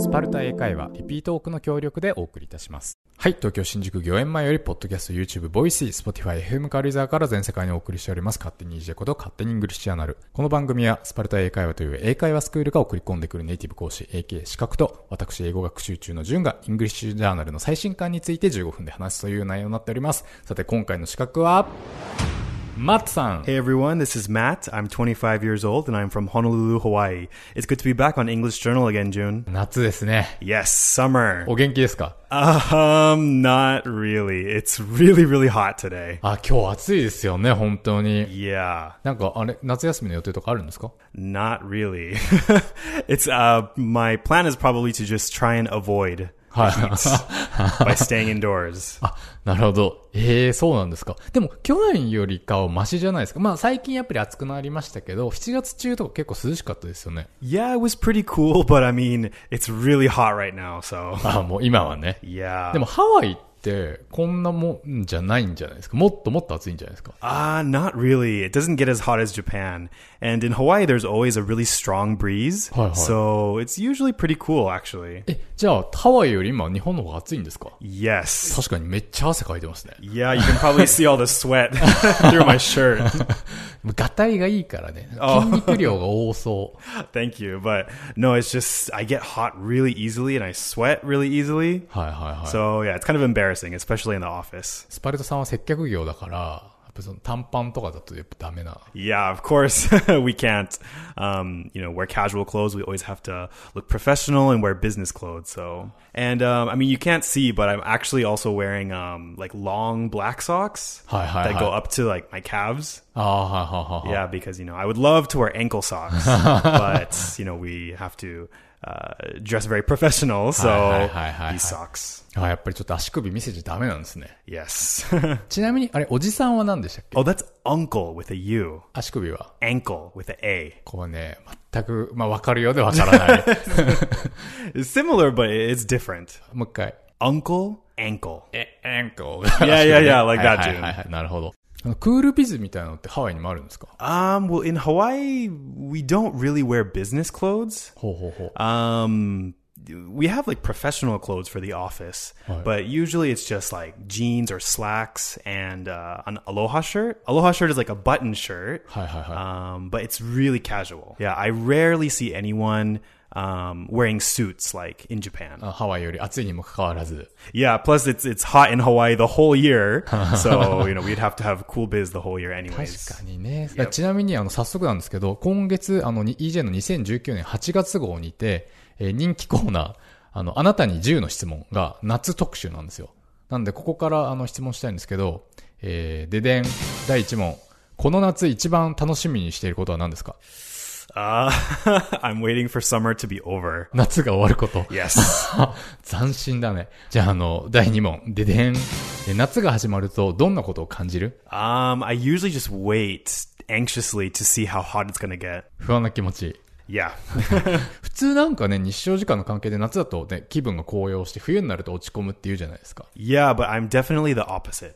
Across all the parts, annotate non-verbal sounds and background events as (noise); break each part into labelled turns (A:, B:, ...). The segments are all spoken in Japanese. A: スパルタ英会話リピートオークの協力でお送りいたしますはい東京新宿御苑前よりポッドキャスト YouTube ボイス Spotify FM カリザーから全世界にお送りしております勝手に EJ こと勝手にイングリッシュチャンネルこの番組はスパルタ英会話という英会話スクールが送り込んでくるネイティブ講師 AK 資格と私英語学習中の順がイングリッシュジャーナルの最新刊について15分で話すという内容になっておりますさて今回の資格はマットさん
B: Hey everyone, this is Matt. I'm 25 years old and I'm from Honolulu, Hawaii. It's good to be back on English Journal again, June.
A: 夏ですね
B: Yes, summer.
A: お元気ですか
B: Um, not really. It's (laughs) really, really hot today.
A: あ今日暑いですよね本当に
B: Yeah,
A: なんか、あれ、夏休みの予定とかあるんですか
B: not really. (laughs) it's uh, my plan is probably to just try and avoid the heat by staying indoors.
A: (laughs) あ、なるほど。ええそうなんですか。でも、去年よりかはマシじゃないですか。まあ、最近やっぱり暑くなりましたけど、7月中とか結構涼しかったですよね。
B: Yeah, it was pretty cool, but I mean, it's really hot right now. So
A: あ、もう今はね。
B: yeah.
A: でも、ハワイって、こんなもんじゃないんじゃないですか。もっともっと暑いんじゃないですか。
B: Ah, not really. It doesn't get as hot as Japan. And in Hawaii, there's always a really strong breeze.
A: Hi, hi.
B: So it's usually pretty cool, actually.
A: え、じゃあ、ハワイより今、日本の方が暑いんですか
B: Yes.
A: 確かにめっちゃ汗かいてますね。
B: Yeah, you can probably see all the sweat (laughs) through my shirt.
A: ガタイがいいからね。
B: あ
A: 筋肉量が多そう。
B: Thank you. But no, it's just I get hot really easily and I sweat really easily.
A: (laughs) はいはいはい。
B: So yeah, it's kind of embarrassing, especially in the office.
A: スパルトさんは接客業だから、やっぱその短パンとかだとやっぱダメな。
B: Yeah, of course (laughs) we can't, um, you know, wear casual clothes. We always have to look professional and wear business clothes. So, and um, I mean, you can't see, but I'm actually also wearing um, like long black socks
A: Hi, hi,
B: that
A: hi. Oh.
B: go up to like my calves.
A: ああ、はいはいはいはい。
B: Yeah, because you know, I would love to wear
A: (laughs)
B: ankle socks, but you know, we have to uh, dress very professional. So
A: Hi, hi, hi, hi,
B: these
A: hi.
B: socks,
A: あやっぱりちょっと足首見せちゃダメなんですね。
B: yes. (laughs)
A: ちなみに、あれ、おじさんは何でしたっけ
B: oh, that's uncle with a U,
A: 足首は。
B: ankle with a A.
A: こうね、全く、まあ、わかるようでわから (laughs) ない。
B: It's similar, but it's different.
A: もう一回。
B: Uncle, ankle.
A: え、えんこ。
B: やいやいや like that
A: はいはいはいはい。なるほど。あのクールビズみたいなのってハワイにもあるんですか
B: Um, well, in Hawaii, we don't really wear business clothes.
A: ほうほうほう。
B: Um, we have like professional clothes for the office, but usually it's just like jeans or slacks and uh, an aloha shirt. Aloha shirt is like a button shirt,
A: はいはいはい。
B: um, but it's really casual. Yeah, I rarely see anyone um, wearing suits like in Japan.
A: あハワイより暑いにもかかわらず。
B: Yeah, plus it's it's hot in Hawaii the whole year, so you know we'd have to have cool biz the whole year anyways.
A: 確かにね。だからちなみに、あの、早速なんですけど、今月、あの、に EJ の2019年8月号にて、えー人気コーナー、あの、あなたに10の質問が夏特集なんですよ。なんで、ここから、あの、質問したいんですけど、えー、ででん、第1問。この夏一番楽しみにしていることは何ですか
B: Uh, (laughs) I'm waiting for summer to be over.
A: 夏が終わること。
B: Yes.
A: あ (laughs) 斬新だね。じゃあ、あの、第2問。ででん。えー夏が始まると、どんなことを感じる
B: (laughs) um, I usually just wait anxiously to see how hot it's gonna get.
A: 不安な気持ち。
B: Yeah. (laughs)
A: 普通なんかね、日照時間の関係で夏だとね、気分が高揚して冬になると落ち込むって言うじゃないですか。 (laughs)
B: yeah, but I'm definitely the opposite.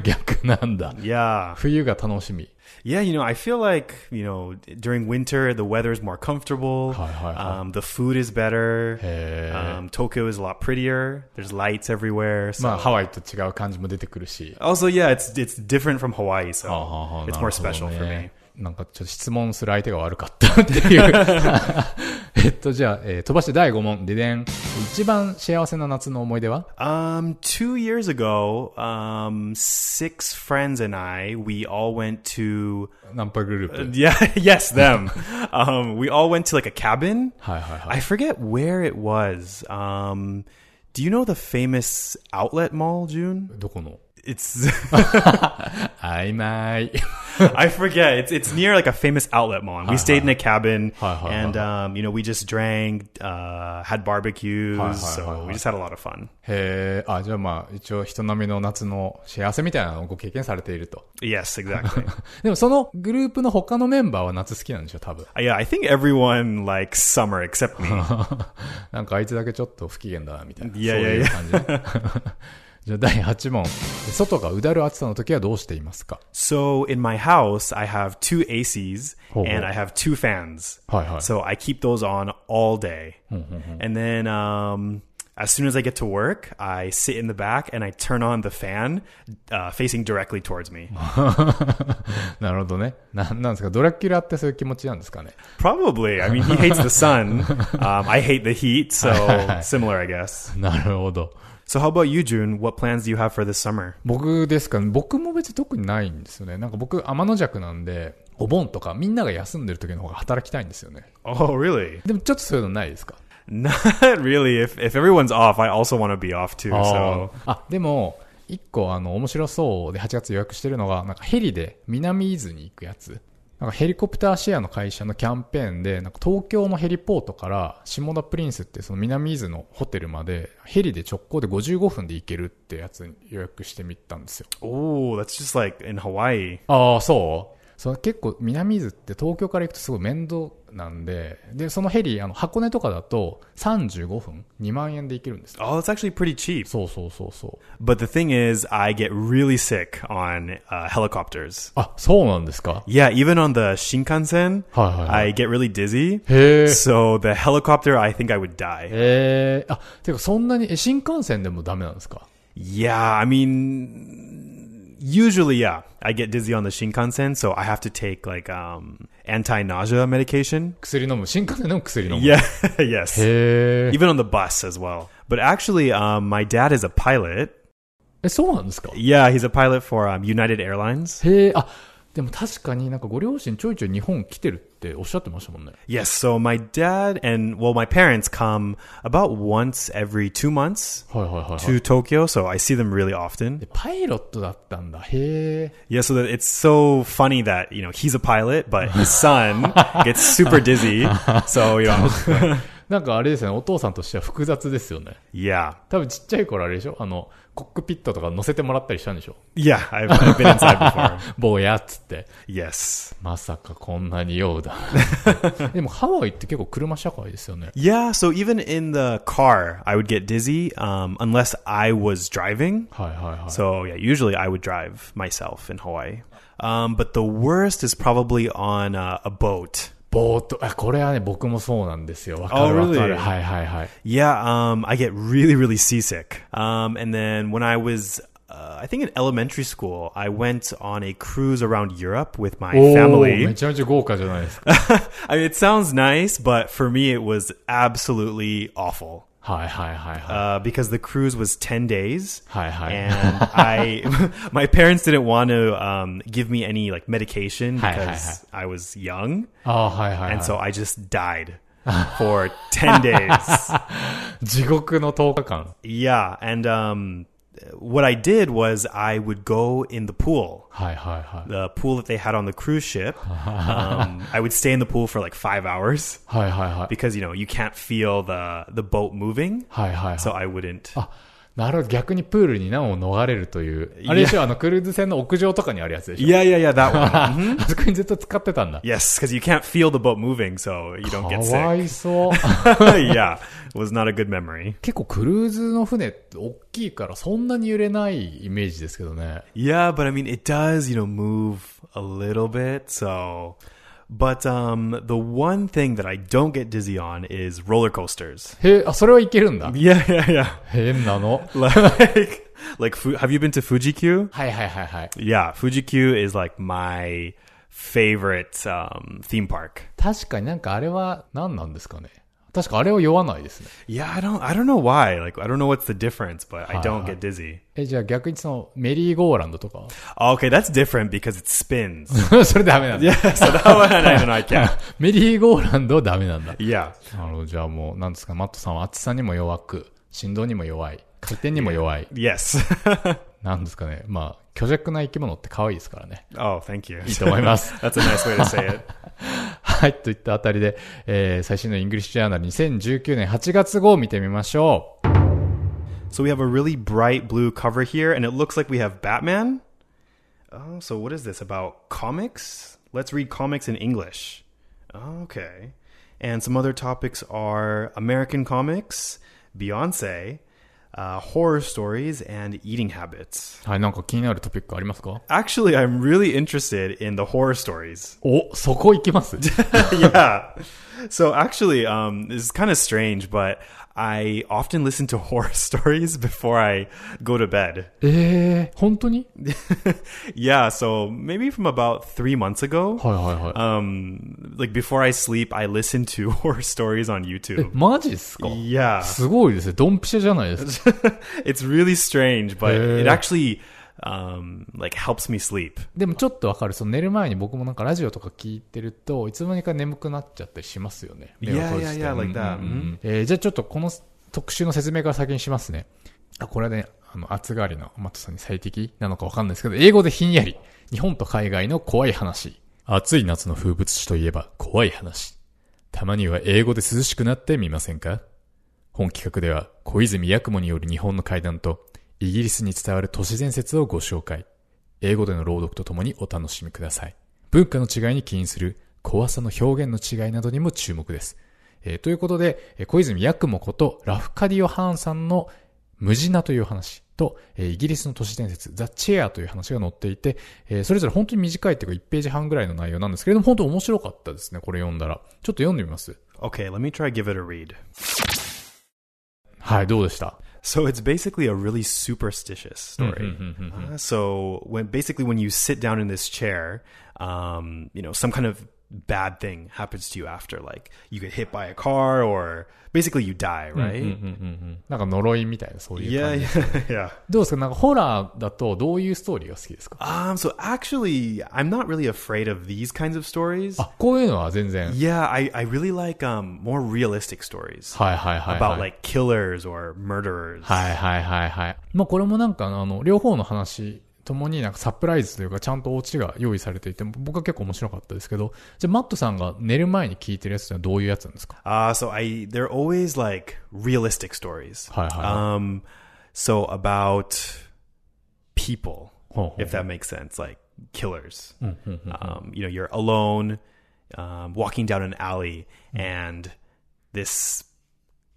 A: 逆なんだ。
B: Yeah.
A: 冬が楽しみ。
B: Yeah, you know, I feel like, you know, during winter, the weather's more comfortable.
A: Hi, hi, hi.
B: Um, the food is better.
A: Hey.
B: Um, Tokyo is a lot prettier. There's lights everywhere. So.
A: まあ、ハワイと違う感じも出てくるし。
B: also, yeah, it's it's different from Hawaii, so
A: はあはあはあ
B: it's more special
A: な
B: for
A: るほど
B: me.
A: ねなんかちょっと質問する相手が悪かったっていう。 (laughs) えっと、じゃあ、えー飛ばして第5問。ででん。一番幸せな夏の思い出は
B: Um, two years ago, um, six friends and I, we all went to,
A: ナンパグループ。
B: (laughs) yeah, yes, them. (laughs) um, we all went to like a cabin.
A: はいはいはい。
B: I forget where it was. Um, do you know the famous outlet mall, June?
A: どこの
B: It's,
A: 曖昧。
B: (laughs) I forget. It's it's near like a famous outlet mall. And we stayed in a cabin,
A: Hi, hi,
B: and
A: hi.
B: um, you know, we just drank, uh, had barbecues,
A: Hi, hi,
B: so
A: hi, hi.
B: we just had a lot of fun.
A: へえ、あ、じゃあまあ、一応人並みの夏の幸せみたいなのをご経験されていると。
B: Yes, exactly. (laughs)
A: でもそのグループの他のメンバーは夏好きなんでしょ、多分。
B: yeah, I think everyone likes summer except me.
A: なんかあいつだけちょっと不機嫌だな、みたいな。
B: いやいやいや
A: そういう感じ。じゃあ第8問。外がうだる暑さの時はどうしていますか
B: So in my house, I have two ACs
A: Oh,
B: and
A: wow.
B: I have two fans.
A: Hi, hi.
B: So I keep those on all day. And then um, as soon as I get to work, I sit in the back and I turn on the fan uh, facing directly towards me.
A: (laughs) なるほどね。なんなんですかドラキュラってそういう気持ちなんですかね
B: Probably. I mean, he hates the sun. Um, I hate the heat. So similar, I guess.
A: なるほど。
B: So how about you, June? What plans do you have for this summer?
A: 僕ですかね僕も別に特にないんですよね。なんか僕、天の弱なんで、お盆とかみんなが休んでる時の方が働きたいんですよね。
B: Oh, really?
A: でもちょっとそういうのないですか
B: (laughs) Not really. If, if everyone's off, I also want to be off too.
A: あ
B: So
A: ーあでも一個あの面白そうで8月予約してるのがなんかヘリで南伊豆に行くやつなんかヘリコプターシェアの会社のキャンペーンでなんか東京のヘリポートから下田プリンスってその南伊豆のホテルまでヘリで直行で55分で行けるってやつに予約してみたんですよ
B: oh, that's just like in Hawaii.
A: ああそうその結構南伊豆って東京から行くとすごい面倒なんででそのヘリあの箱根とかだと35分2万円で行けるんですよ
B: Oh, that's actually pretty cheap.
A: そうそうそうそう
B: But the thing is, I get really sick on uh, helicopters.
A: あそうなんですか
B: Yeah, even on the Shinkansen,
A: はいはいはい
B: I get really dizzy.
A: へえ。
B: So the helicopter, I think I would die.
A: ええあ、てかそんなに、え、新幹線でもダメなんですか
B: Yeah, I mean, usually, yeah, I get dizzy on the Shinkansen, so I have to take like um, anti-nausea medication.
A: 薬飲む。新幹線でも薬飲む。
B: Yeah, (laughs) yes.
A: へえ。
B: Even on the bus as well. But actually, um, my dad is a pilot.
A: え、そうなんですか
B: Yeah, he's a pilot for um, United Airlines.
A: へえ、あ、でも確かになんかご両親ちょいちょい日本来てるっておっしゃってましたもんね。
B: Yes, so my dad and well, my parents come about once every two months
A: はいはいはい、はい
B: to Tokyo, so I see them really often.
A: で。パイロットだったんだ。へえ。
B: Yeah, so that it's so funny that you know he's a pilot, but his son gets super dizzy. So you know,
A: なんかあれですね、お父さんとしては複雑ですよね。
B: yeah,
A: 多分ちっちゃい頃あれでしょあの、コックピットとか乗せてもらったりしたんでしょ
B: yeah, I've, I've been inside
A: (laughs)
B: before.
A: 坊やっつって。
B: Yes,
A: まさかこんなに用 (laughs) だ。でもハワイって結構車社会ですよね。
B: yeah. So even in the car, I would get dizzy um, unless I was driving.
A: はいはいはい。
B: So yeah, usually I would drive myself in Hawaii. Um, but the worst is probably on uh, a boat.
A: ぼーっと、あ、これはね、僕もそうなんですよ。わかる
B: Oh,
A: わ
B: really?
A: かる。はいはいはい。
B: Yeah, um, I get really, really seasick. Um, and then when I was, uh, I think in elementary school, I went on a cruise around Europe with my
A: Oh, おーめ
B: family.
A: ちゃめちゃ豪華じゃないですか。
B: I mean, it sounds nice, but for me, it was absolutely awful.
A: はいはいはいはい。
B: Uh, because the cruise was 10 days
A: はいはい。
B: and
A: (laughs)
B: I, (laughs) my parents didn't want to um, give me any like medication
A: Hi, hi, Uh-huh.
B: because I was young.
A: ああー、はいはい、
B: And
A: は
B: so I just died for 10
A: (laughs)
B: days.
A: い。地獄の10日間。
B: Yeah. And um, what I did was I would go in the pool,
A: はいはいはい。
B: the pool that they had on the cruise ship. (laughs) Um, I would stay in the pool for like five hours
A: はいはいはい。
B: because, you know, you can't feel the, the boat moving.
A: はいはいはい。
B: So I wouldn't. (laughs)
A: あ、なるほど。逆にプールに難を逃れるという。あれでしょ、あの、クルーズ船の屋上とかにあるやつでしょ。
B: Yeah, yeah, yeah, that (laughs) one. Mm-hmm.
A: あそこにずっと使ってたんだ。
B: yes, because you can't feel the boat moving, so you
A: か
B: don't get
A: わ
B: sick.
A: いそう。 (laughs)
B: (laughs) yeah, it was not a good memory.
A: 結構クルーズの船って大きいからそんなに揺れないイメージですけどね。
B: Yeah, but I mean, it does, you know, move a little bit. So, but um, the one thing that I don't get dizzy on is roller coasters.
A: へえ、あ、それはいけるんだ。
B: (laughs) Yeah, yeah, yeah.
A: 変なの。
B: Like, like, Fu- have you been to Fuji Q?
A: はいはいはいはい。
B: Yeah, Fuji Q is like my favorite um, theme park.
A: 確かになんかあれは何なんですかね。確かあれは酔わないですね。
B: Yeah, I don't, I don't know why. Like, I don't know what's the difference, but I don't
A: Huh.
B: get dizzy. Oh,
A: え、じゃあ逆にそのメリーゴーランドとか
B: Okay, that's different because it spins.
A: (laughs)
B: (laughs)
A: それダメなんだ。
B: yeah, so that one I don't know. I can't.
A: (laughs) メリーゴーランドはダメなんだ。
B: Yeah.
A: なるほど。じゃあもう、なんですか、マットさんは暑さにも弱く、振動にも弱い、回転にも弱い。
B: Yes. (laughs)
A: なんですかね。まあ、虚弱な生き物って可愛いですからね。 (laughs)
B: Oh, thank you.
A: いいと思います。
B: (laughs) That's a nice way to say it.
A: はい、といったあたりで、えー最新のイングリッシュジャーナル2019年8月号を見てみましょう。
B: So we have a really bright blue cover here, and it looks like we have Batman. Oh, so what is this about comics? Let's read comics in English. Okay. And some other topics are American comics, Beyonce, uh, horror stories, and eating habits.
A: はい、なんか気になるトピックありますか
B: Actually, I'm really interested in the horror stories. (laughs)
A: お、そこ行きます
B: yeah. So actually, um, this is kind of strange, but I often listen to (laughs) horror stories before I go to bed.
A: (laughs) えー、本当に
B: yeah. So maybe from about three months ago,
A: はいはいはい。
B: um, like before I sleep, I listen to (laughs) horror stories on
A: え (laughs)
B: YouTube.
A: マジっすか
B: Yeah.
A: すごいですね。ドンピシャじゃないですか。
B: It's really strange, but
A: Eh.
B: it actually, um, like helps me sleep.
A: でもちょっとわかる。その寝る前に僕もなんかラジオとか聞いてると、いつの間にか眠くなっちゃったりしますよね。
B: いや
A: 目を閉じて
B: いやいや like that
A: うんうんうんえーじゃあちょっとこの特集の説明から先にしますね。あこれはね、あの、暑がりのマットさんに最適なのかわかんないですけど、英語でひんやり。日本と海外の怖い話。暑い夏の風物詩といえば怖い話。たまには英語で涼しくなってみませんか本企画では小泉八雲による日本の怪談とイギリスに伝わる都市伝説をご紹介。英語での朗読とともにお楽しみください。文化の違いに起因する怖さの表現の違いなどにも注目です。えーということで、えー小泉八雲ことラフカディオ・ハーンさんの無事なという話と、えーイギリスの都市伝説、ザ・チェアという話が載っていて、えーそれぞれ本当に短いというか1ページ半ぐらいの内容なんですけれども、本当面白かったですね、これ読んだら。ちょっと読んでみます。
B: Okay. Let me try give it a read.
A: はい、どうでした
B: So it's basically a really superstitious story.
A: Mhm, mhm,
B: Uh, so when basically when you sit down in this chair, um, you know, some kind of bad thing happens to you after, like you get hit by a car or basically you die,
A: Mm-hmm,
B: right?
A: なんか呪いみたいな、そういう
B: Yeah,
A: 感じ。
B: yeah, (laughs) yeah.
A: どうですかなんかホラーだとどういうストーリーが好きですか
B: Um, so actually, I'm not really afraid of these kinds of stories.
A: あ、こういうのは全然。
B: Yeah, I, I really like um more realistic stories
A: はいはいはい、は
B: about
A: い。
B: like killers or murderers.
A: はいはいはいはい。まあこれもなんかあの、両方の話ともになんかサプライズというかちゃんとオチが用意されていて、僕は結構面白かったですけど、じゃあマットさんが寝る前に聞いてるやつってのはどういうやつなんですか
B: Uh, so I they're always like realistic stories.
A: はいはい。
B: Um, so about people,
A: ほうほう
B: if that makes sense, like killers. Um, you know, you're alone, um, walking down an alley, and this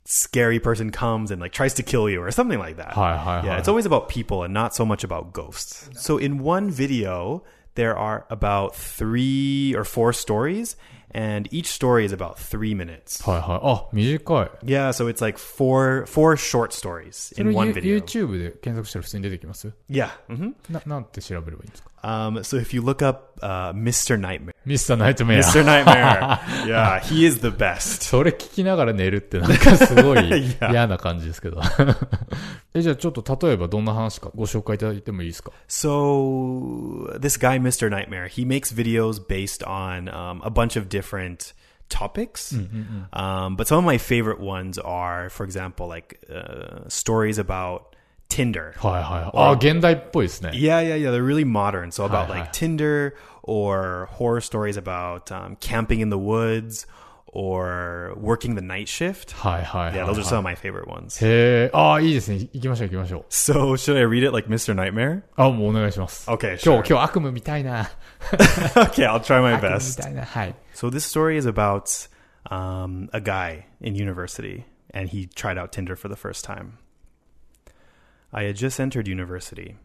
B: scary person comes and like tries to kill you or something like that.
A: Hi, hi, hi.
B: yeah, it's always about people and not so much about ghosts. So in one video, there are about three or four stories, and each story is about three minutes.
A: はいはい。あ、短い。
B: Yeah, so it's like four four short stories
A: それ
B: in
A: を
B: one
A: You-
B: video.
A: YouTube で検索したら普通に出てきます
B: Yeah. hmm
A: な、なんて調べればいいんですか
B: Um, so if you look up uh,
A: (laughs)
B: Mr. Nightmare,
A: ミスターナイトメア。
B: Mr. Nightmare, (laughs) yeah, he is the best.
A: (laughs) それ聞きながら寝るってなんかす
B: (laughs)
A: ごい嫌な感じですけど。 (laughs) え、じゃあちょっと例えばどんな話かご紹介いただいてもいいですか
B: So this guy, Mr. Nightmare, he makes videos based on um, a bunch of different topics. Um, but some of my favorite ones are, for example, like uh, stories about Tinder.
A: はいはい。あ、現代っぽいですね。
B: Yeah, yeah, yeah. They're really modern. So about
A: Hi,
B: like
A: hi.
B: Tinder or horror stories about um, camping in the woods or working the night shift.
A: はいはいはい、
B: Yeah,
A: はい
B: those are some of my favorite ones.
A: へえ、ああ、いいですね。行きましょう行きましょう。
B: So should I read it like Mr. Nightmare?
A: あもうお願いします。
B: Okay,
A: 今
B: sure.
A: 日、今日悪夢みたいな。
B: okay, I'll try my
A: 悪夢み
B: best.
A: たいな。はい。
B: So this story is about um, a guy in university, and he tried out Tinder for the first time. I had just entered university.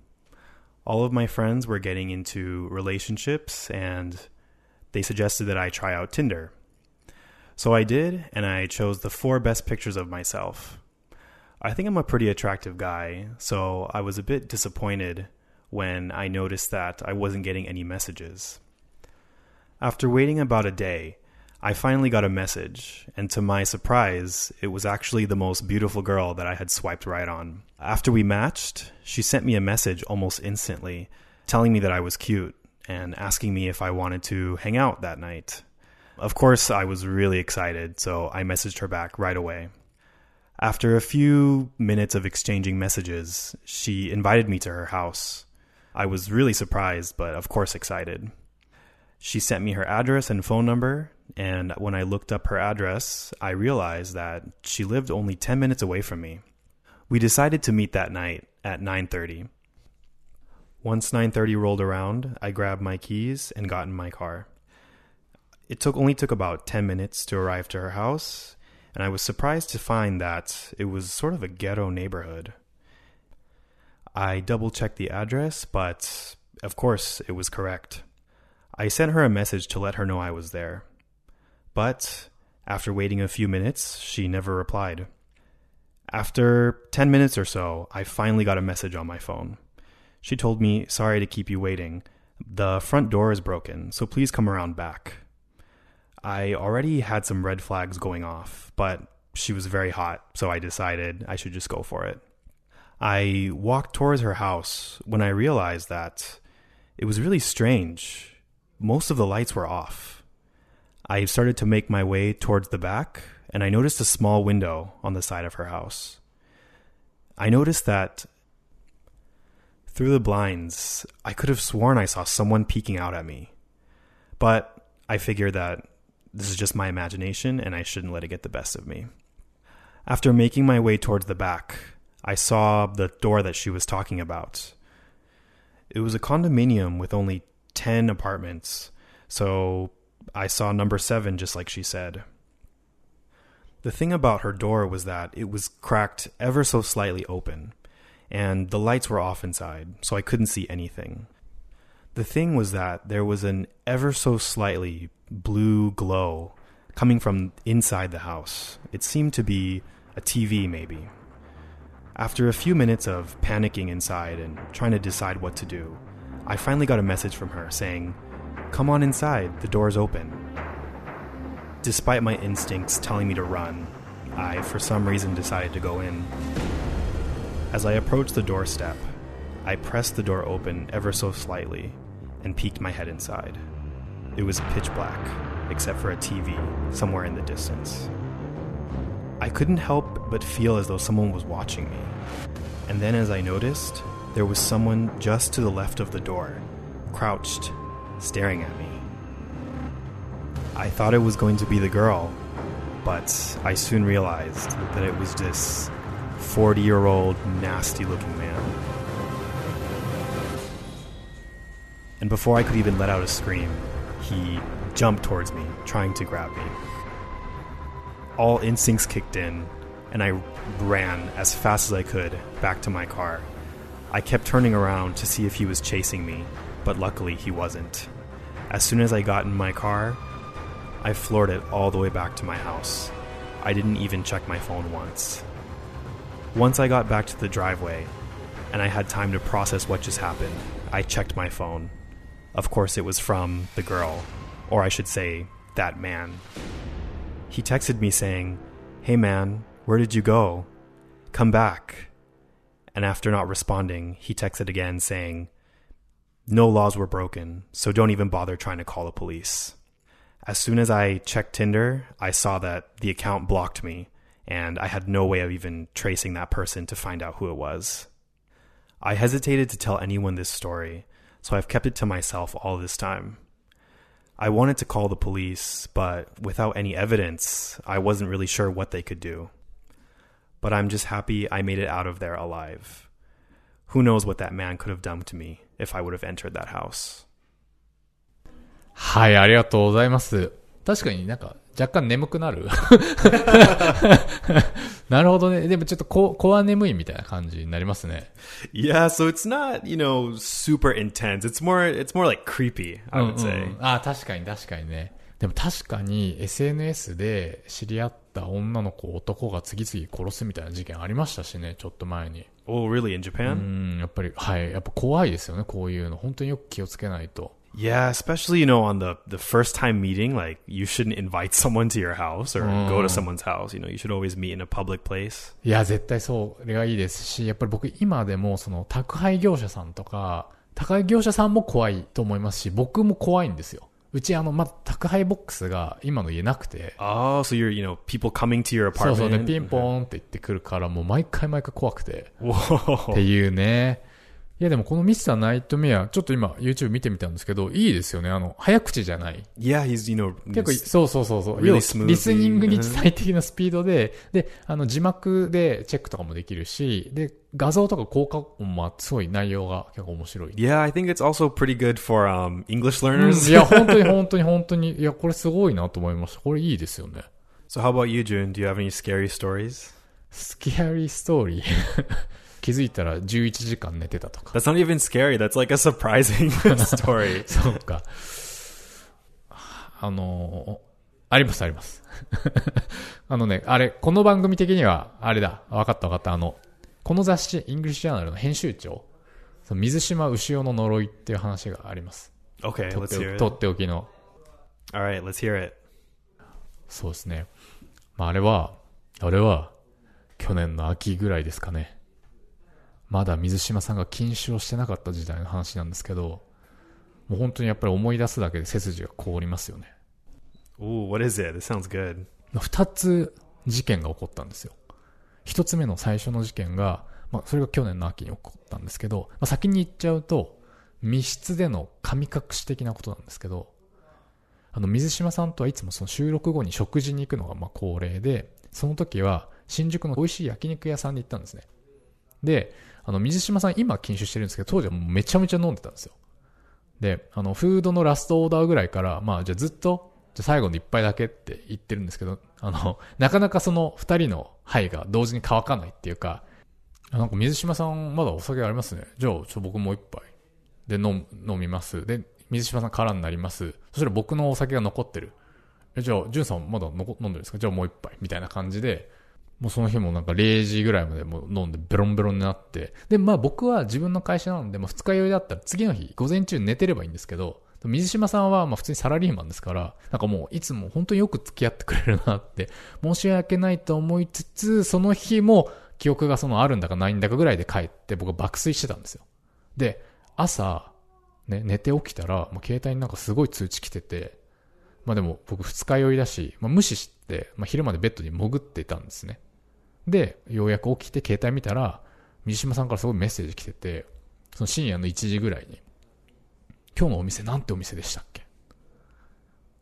B: All of my friends were getting into relationships, and they suggested that I try out Tinder. So I did, and I chose the four best pictures of myself. I think I'm a pretty attractive guy, so I was a bit disappointed when I noticed that I wasn't getting any messages. After waiting about a day, I finally got a message, and to my surprise, it was actually the most beautiful girl that I had swiped right on. After we matched, she sent me a message almost instantly, telling me that I was cute and asking me if I wanted to hang out that night. Of course, I was really excited, so I messaged her back right away. After a few minutes of exchanging messages, she invited me to her house. I was really surprised, but of course excited. She sent me her address and phone number, and when I looked up her address, I realized that she lived only 10 minutes away from me. We decided to meet that night at 9:30. Once 9:30 rolled around, I grabbed my keys and got in my car. It took only took about 10 minutes to arrive to her house, and I was surprised to find that it was sort of a ghetto neighborhood. I double checked the address, but of course it was correct. I sent her a message to let her know I was there. But after waiting a few minutes, she never replied. After 10 minutes or so, I finally got a message on my phone. She told me, Sorry to keep you waiting. The front door is broken, so please come around back. I already had some red flags going off, but she was very hot, so I decided I should just go for it. I walked towards her house when I realized that it was really strange. Most of the lights were off. I started to make my way towards the back, and I noticed a small window on the side of her house. I noticed that through the blinds, I could have sworn I saw someone peeking out at me. But I figured that this is just my imagination and I shouldn't let it get the best of me. After making my way towards the back, I saw the door that she was talking about. It was a condominium with only 10 apartments, so I saw number 7 just like she said. The thing about her door was that it was cracked ever so slightly open, and the lights were off inside, so I couldn't see anything. The thing was that there was an ever so slightly blue glow coming from inside the house. It seemed to be a TV, maybe. After a few minutes of panicking inside and trying to decide what to do, I finally got a message from her saying, Come on inside, the door's open. Despite my instincts telling me to run, I, for some reason, decided to go in. As I approached the doorstep, I pressed the door open ever so slightly and peeked my head inside. It was pitch black, except for a TV somewhere in the distance. I couldn't help but feel as though someone was watching me. And then, as I noticed, there was someone just to the left of the door, crouched, staring at me. I thought it was going to be the girl, but I soon realized that it was this 40 year old, nasty looking man. And before I could even let out a scream, he jumped towards me, trying to grab me. All instincts kicked in, and I ran as fast as I could back to my car. I kept turning around to see if he was chasing me, but luckily he wasn't. As soon as I got in my car, I floored it all the way back to my house. I didn't even check my phone once. Once I got back to the driveway and I had time to process what just happened, I checked my phone. Of course, it was from the girl, or I should say, that man. He texted me saying, Hey man, where did you go? Come back. And after not responding, he texted again saying, No laws were broken, so don't even bother trying to call the police. As soon as I checked Tinder, I saw that the account blocked me, and I had no way of even tracing that person to find out who it was. I hesitated to tell anyone this story, so I've kept it to myself all this time. I wanted to call the police, but without any evidence, I wasn't really sure what they could do. But I'm just happy I made it out of there alive. Who knows what that man could have done to me if I would have entered that house.
A: はい、ありがとうございます。確かになんか若干眠くなる。 (laughs) なるほどね。でもちょっとこう、こは眠いみたいな感じになりますね。
B: Yeah, so it's not, you know, super intense. It's more it's more like creepy, I
A: うんうんああ、確かに確かにね。でも確かに SNS で知り合った女の子、男が次々殺すみたいな事件ありましたしね、ちょっと前に。
B: Oh, really in
A: う
B: Japan?
A: ん、やっぱり、はい、やっぱ怖いですよね、こういうの。本当によく気をつけないと。
B: Yeah, especially you know on the the first time meeting, like you shouldn't invite (laughs) someone to your house or go to someone's house. You know, you should always meet in a public place.
A: いや、絶対そう。それがいいですし、やっぱり僕今でもその宅配業者さんとか、宅配業者さんも怖いと思いますし、僕も怖いんですよ。うちあの、まだ宅配ボックスが今の家なくて、
B: Oh, so you're, you know, people coming to your
A: そう
B: apartment.
A: そうでピンポーンって言ってくるからもう毎回毎回怖くて、っ
B: Whoa.
A: ていうね。いやでもこのミスターナイトメア、ちょっと今 YouTube 見てみたんですけど、いいですよね。あの、早口じゃない。
B: Mm-hmm. Yeah, he's, you know,
A: 結構、そうそうそうそう。
B: really
A: 要は
B: smoothly
A: リスニングに最適なスピードで、で、あの、字幕でチェックとかもできるし、で、画像とか効果音もすごい内容が結構面白い。
B: yeah, I think it's also pretty good for um, English
A: うん
B: learners.
A: いや、本当に本当に本当に、いや、これすごいなと思いました。これいいですよね。
B: (laughs) So how about you, June? Do you have any scary stories?
A: スキャリーストーリー。 (laughs) 気づいたら11時間寝てたとか。
B: That's not even scary. That's like a surprising (laughs) story.
A: そうか。あのーありますあります。 (laughs) あのね、あれ、この番組的には、あれだ、わかったわかった、あの、この雑誌、イングリッシュジャーナルの編集長、その水島牛尾の呪いっていう話があります。
B: Okay,
A: とっ
B: let's
A: て
B: hear
A: お
B: it.
A: とっておきの。
B: All right, let's hear it.
A: そうですね。まあ、あれは、あれは、去年の秋ぐらいですかね。まだ水島さんが禁酒をしてなかった時代の話なんですけど、もう本当にやっぱり思い出すだけで背筋が凍りますよね。
B: Ooh, what is it? This sounds good.
A: 二つ事件が起こったんですよ。一つ目の最初の事件が、まあ、それが去年の秋に起こったんですけど、まあ、先に言っちゃうと、密室での神隠し的なことなんですけど、あの、水島さんとはいつもその収録後に食事に行くのがまあ恒例で、その時は新宿の美味しい焼肉屋さんに行ったんですね。で、あの、水島さん今禁酒してるんですけど、当時はもうめちゃめちゃ飲んでたんですよ。で、あの、フードのラストオーダーぐらいから、まあ、じゃあずっと、じゃあ最後の一杯だけって言ってるんですけど、あの、 (laughs) なかなかその二人の肺が同時に乾かないっていうか、あなんか水島さんまだお酒ありますね。じゃあ、ちょっと僕もう一杯。で、飲む飲みます。で、水島さん空になります。そしたら僕のお酒が残ってる。えじゃあ、ジュンさんまだ残飲んでるんですかじゃあもう一杯。みたいな感じで、もうその日もなんか0時ぐらいまでもう飲んでベロンベロンになって。で、まあ僕は自分の会社なので、もう二日酔いだったら次の日、午前中寝てればいいんですけど、水島さんはまあ普通にサラリーマンですから、なんかもういつも本当によく付き合ってくれるなって、申し訳ないと思いつつ、その日も記憶がそのあるんだかないんだかぐらいで帰って僕は爆睡してたんですよ。で、朝、ね、寝て起きたら、もう携帯になんかすごい通知来てて、まあでも僕二日酔いだし、まあ無視して、まあ昼までベッドに潜っていたんですね。で、ようやく起きて携帯見たら、水島さんからすごいメッセージ来てて、その深夜の1時ぐらいに、今日のお店なんてお店でしたっけ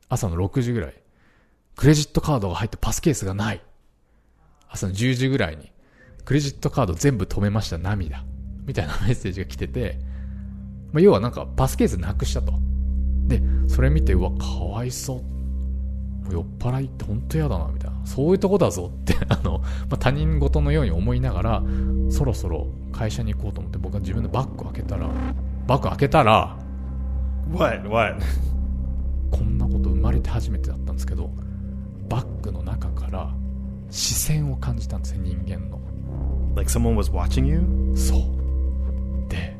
A: 朝の6時ぐらい。クレジットカードが入ってパスケースがない。朝の10時ぐらいに、クレジットカード全部止めました、涙。みたいなメッセージが来てて、まあ、要はなんかパスケースなくしたと。で、それ見て、うわ、かわいそう。もう酔っ払いって本当嫌だな、みたいな。そういうとこだぞって、 (laughs) あの、まあ、他人事のように思いながら、そろそろ会社に行こうと思って僕は自分でバッグ開けたら、バッグ開けたら、
B: What? What?
A: こんなこと生まれて初めてだったんですけどバッグの中から視線を感じたんですよ人間の
B: Like someone was watching you? (laughs)
A: そうで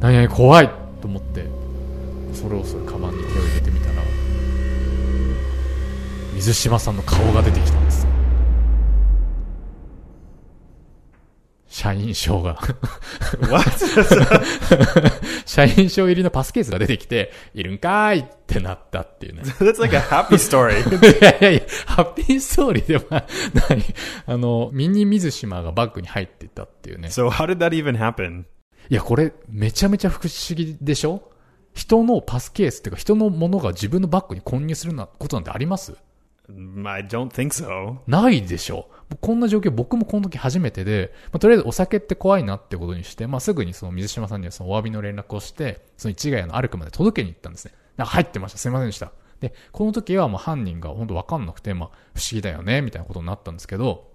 A: 何々怖いと思ってそれをそれカバンに手を入れてみたら水島さんの顔が出てきたんです社員証が (laughs)
B: What? (laughs)
A: 社員証入りのパスケースが出てきているんかーいってなったっていうね (laughs)
B: That's like a happy story. (laughs)
A: いやいやいや、ハッピーストーリーではない。あの、ミニ水島がバッグに入ってたっていうね。
B: So how did that even happen?
A: いや、これ、めちゃめちゃ不思議でしょ人のパスケースっていうか、人のものが自分のバッグに混入するなことなんてあります
B: Mm, I don't think so.
A: ないでしょこんな状況、僕もこの時初めてで、まあ、とりあえずお酒って怖いなってことにして、まあ、すぐにその水島さんにはそのお詫びの連絡をして、その市ヶ谷の歩くまで届けに行ったんですね。なんか入ってました。すいませんでした。で、この時はもう犯人が本当わかんなくて、まあ、不思議だよね、みたいなことになったんですけど、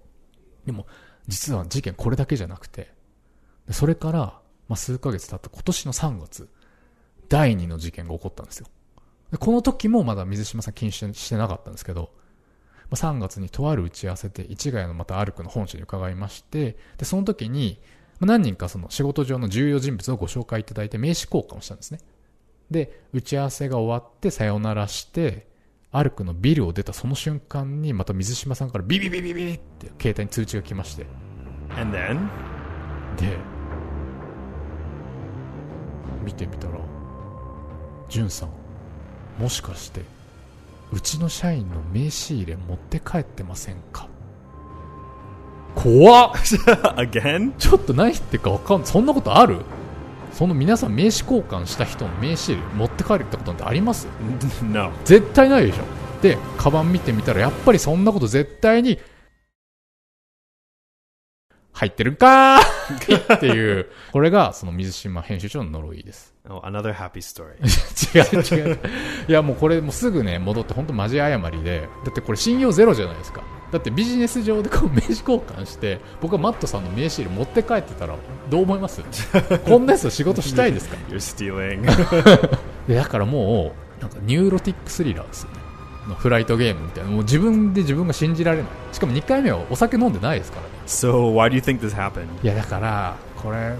A: でも、実は事件これだけじゃなくて、でそれから、まあ、数ヶ月経った今年の3月、第2の事件が起こったんですよ。でこの時もまだ水島さん禁止してなかったんですけど、まあ3月にとある打ち合わせで市ヶ谷のまた歩くの本社に伺いまして、で、その時に、まあ何人かその仕事上の重要人物をご紹介いただいて名刺交換をしたんですね。で、打ち合わせが終わってさよならして、歩くのビルを出たその瞬間にまた水島さんからビビビビビビって携帯に通知が来まして、
B: And then? (laughs)
A: で、見てみたら、じゅんさん、もしかしてうちの社員の名刺入れ持って帰ってませんか怖っ (laughs)
B: Again? (laughs)
A: ちょっと何言ってるかわかんないそんなことあるその皆さん名刺交換した人の名刺入れ持って帰るってことなんてあります
B: no.
A: 絶対ないでしょでカバン見てみたらやっぱりそんなこと絶対に入ってるんかーいっていうこれがその水島編集長の呪いです
B: Oh, another happy story.
A: 違う違ういやもうこれもうすぐね戻って本当マジ誤りでだってこれ信用ゼロじゃないですかだってビジネス上でこう名刺交換して僕はマットさんの名刺入れ持って帰ってたらどう思いますこんなやつと仕事したいですか
B: You're stealing. (laughs)
A: でだからもうなんかニューロティックスリラーですよねのフライトゲームみたいなもう自分で自分が信じられないしかも2回目はお酒飲んでないですからね
B: so why do you think this happened?
A: いやだからこれ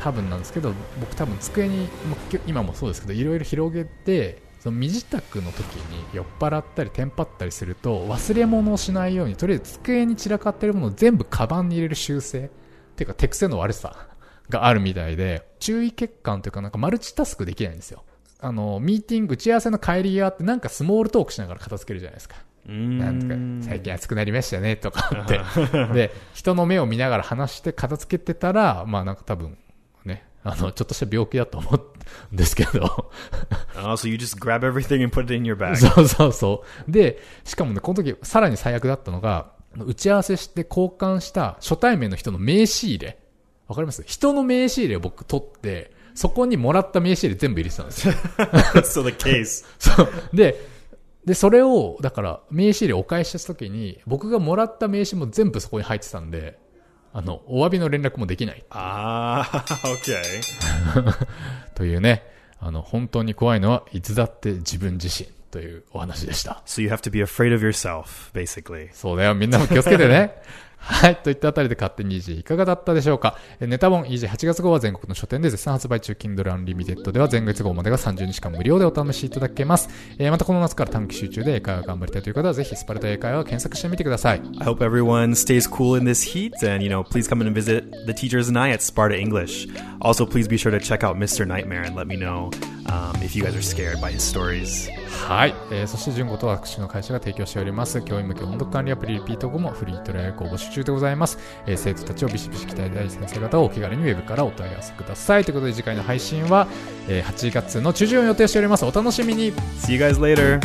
A: 多分なんですけど僕多分机にまあ今日今もそうですけどいろいろ広げてその身支度の時に酔っ払ったりテンパったりすると忘れ物をしないようにとりあえず机に散らかってるものを全部カバンに入れる習性っていうか手癖の悪さがあるみたいで注意欠陥というかなんかマルチタスクできないんですよあのミーティング打ち合わせの帰り際ってなんかスモールトークしながら片付けるじゃないですかなんとか
B: Mm.
A: 最近暑くなりましたねとかってで人の目を見ながら話して片付けてたらまあなんか多分ねあのちょっとした病気だと思うんですけど
B: Oh, so you just grab everything and put it in
A: (laughs)
B: your bag. (laughs)
A: そうそうそうでしかもねこの時さらに最悪だったのが打ち合わせして交換した初対面の人の名刺入れわかります人の名刺入れを僕取ってそこにもらった名刺入れ全部入れてたんですよ
B: That's still the case.
A: そう。で、で、それを、だから、名刺入れお返しした時に、僕がもらった名刺も全部そこに入ってたんで、あの、お詫びの連絡もできない。
B: Ah, (laughs) okay.
A: というね、あの、本当に怖いのは、いつだって自分自身というお話でした。
B: So you have to be afraid of yourself, basically.
A: そうだよ、みんなも気をつけてね。 (laughs) はい。といったあたりで勝手に EG いかがだったでしょうかえネタ本 EG8 月号は全国の書店で絶賛発売中 Kindle Unlimited では前月号までが30日間無料でお試しいただけます。えーまたこの夏から短期集中で英会話頑張りたいという方はぜひスパルタ英会話を検索してみてください。
B: I hope everyone stays cool in this heat and, you know, please come in and visit the teachers and I at Sparta English. Also, please be sure to check out Mr. Nightmare and let me know um, if you guys are scared by his stories.
A: はい、えーそして純子と私の会社が提供しております教員向け音読管理アプリリピート後もフリートライアルを募集中でございます、えー生徒たちをビシビシ鍛えたい先生方をお気軽にウェブからお問い合わせくださいということで次回の配信は、えー8月の中旬を予定しておりますお楽しみに
B: See you guys later.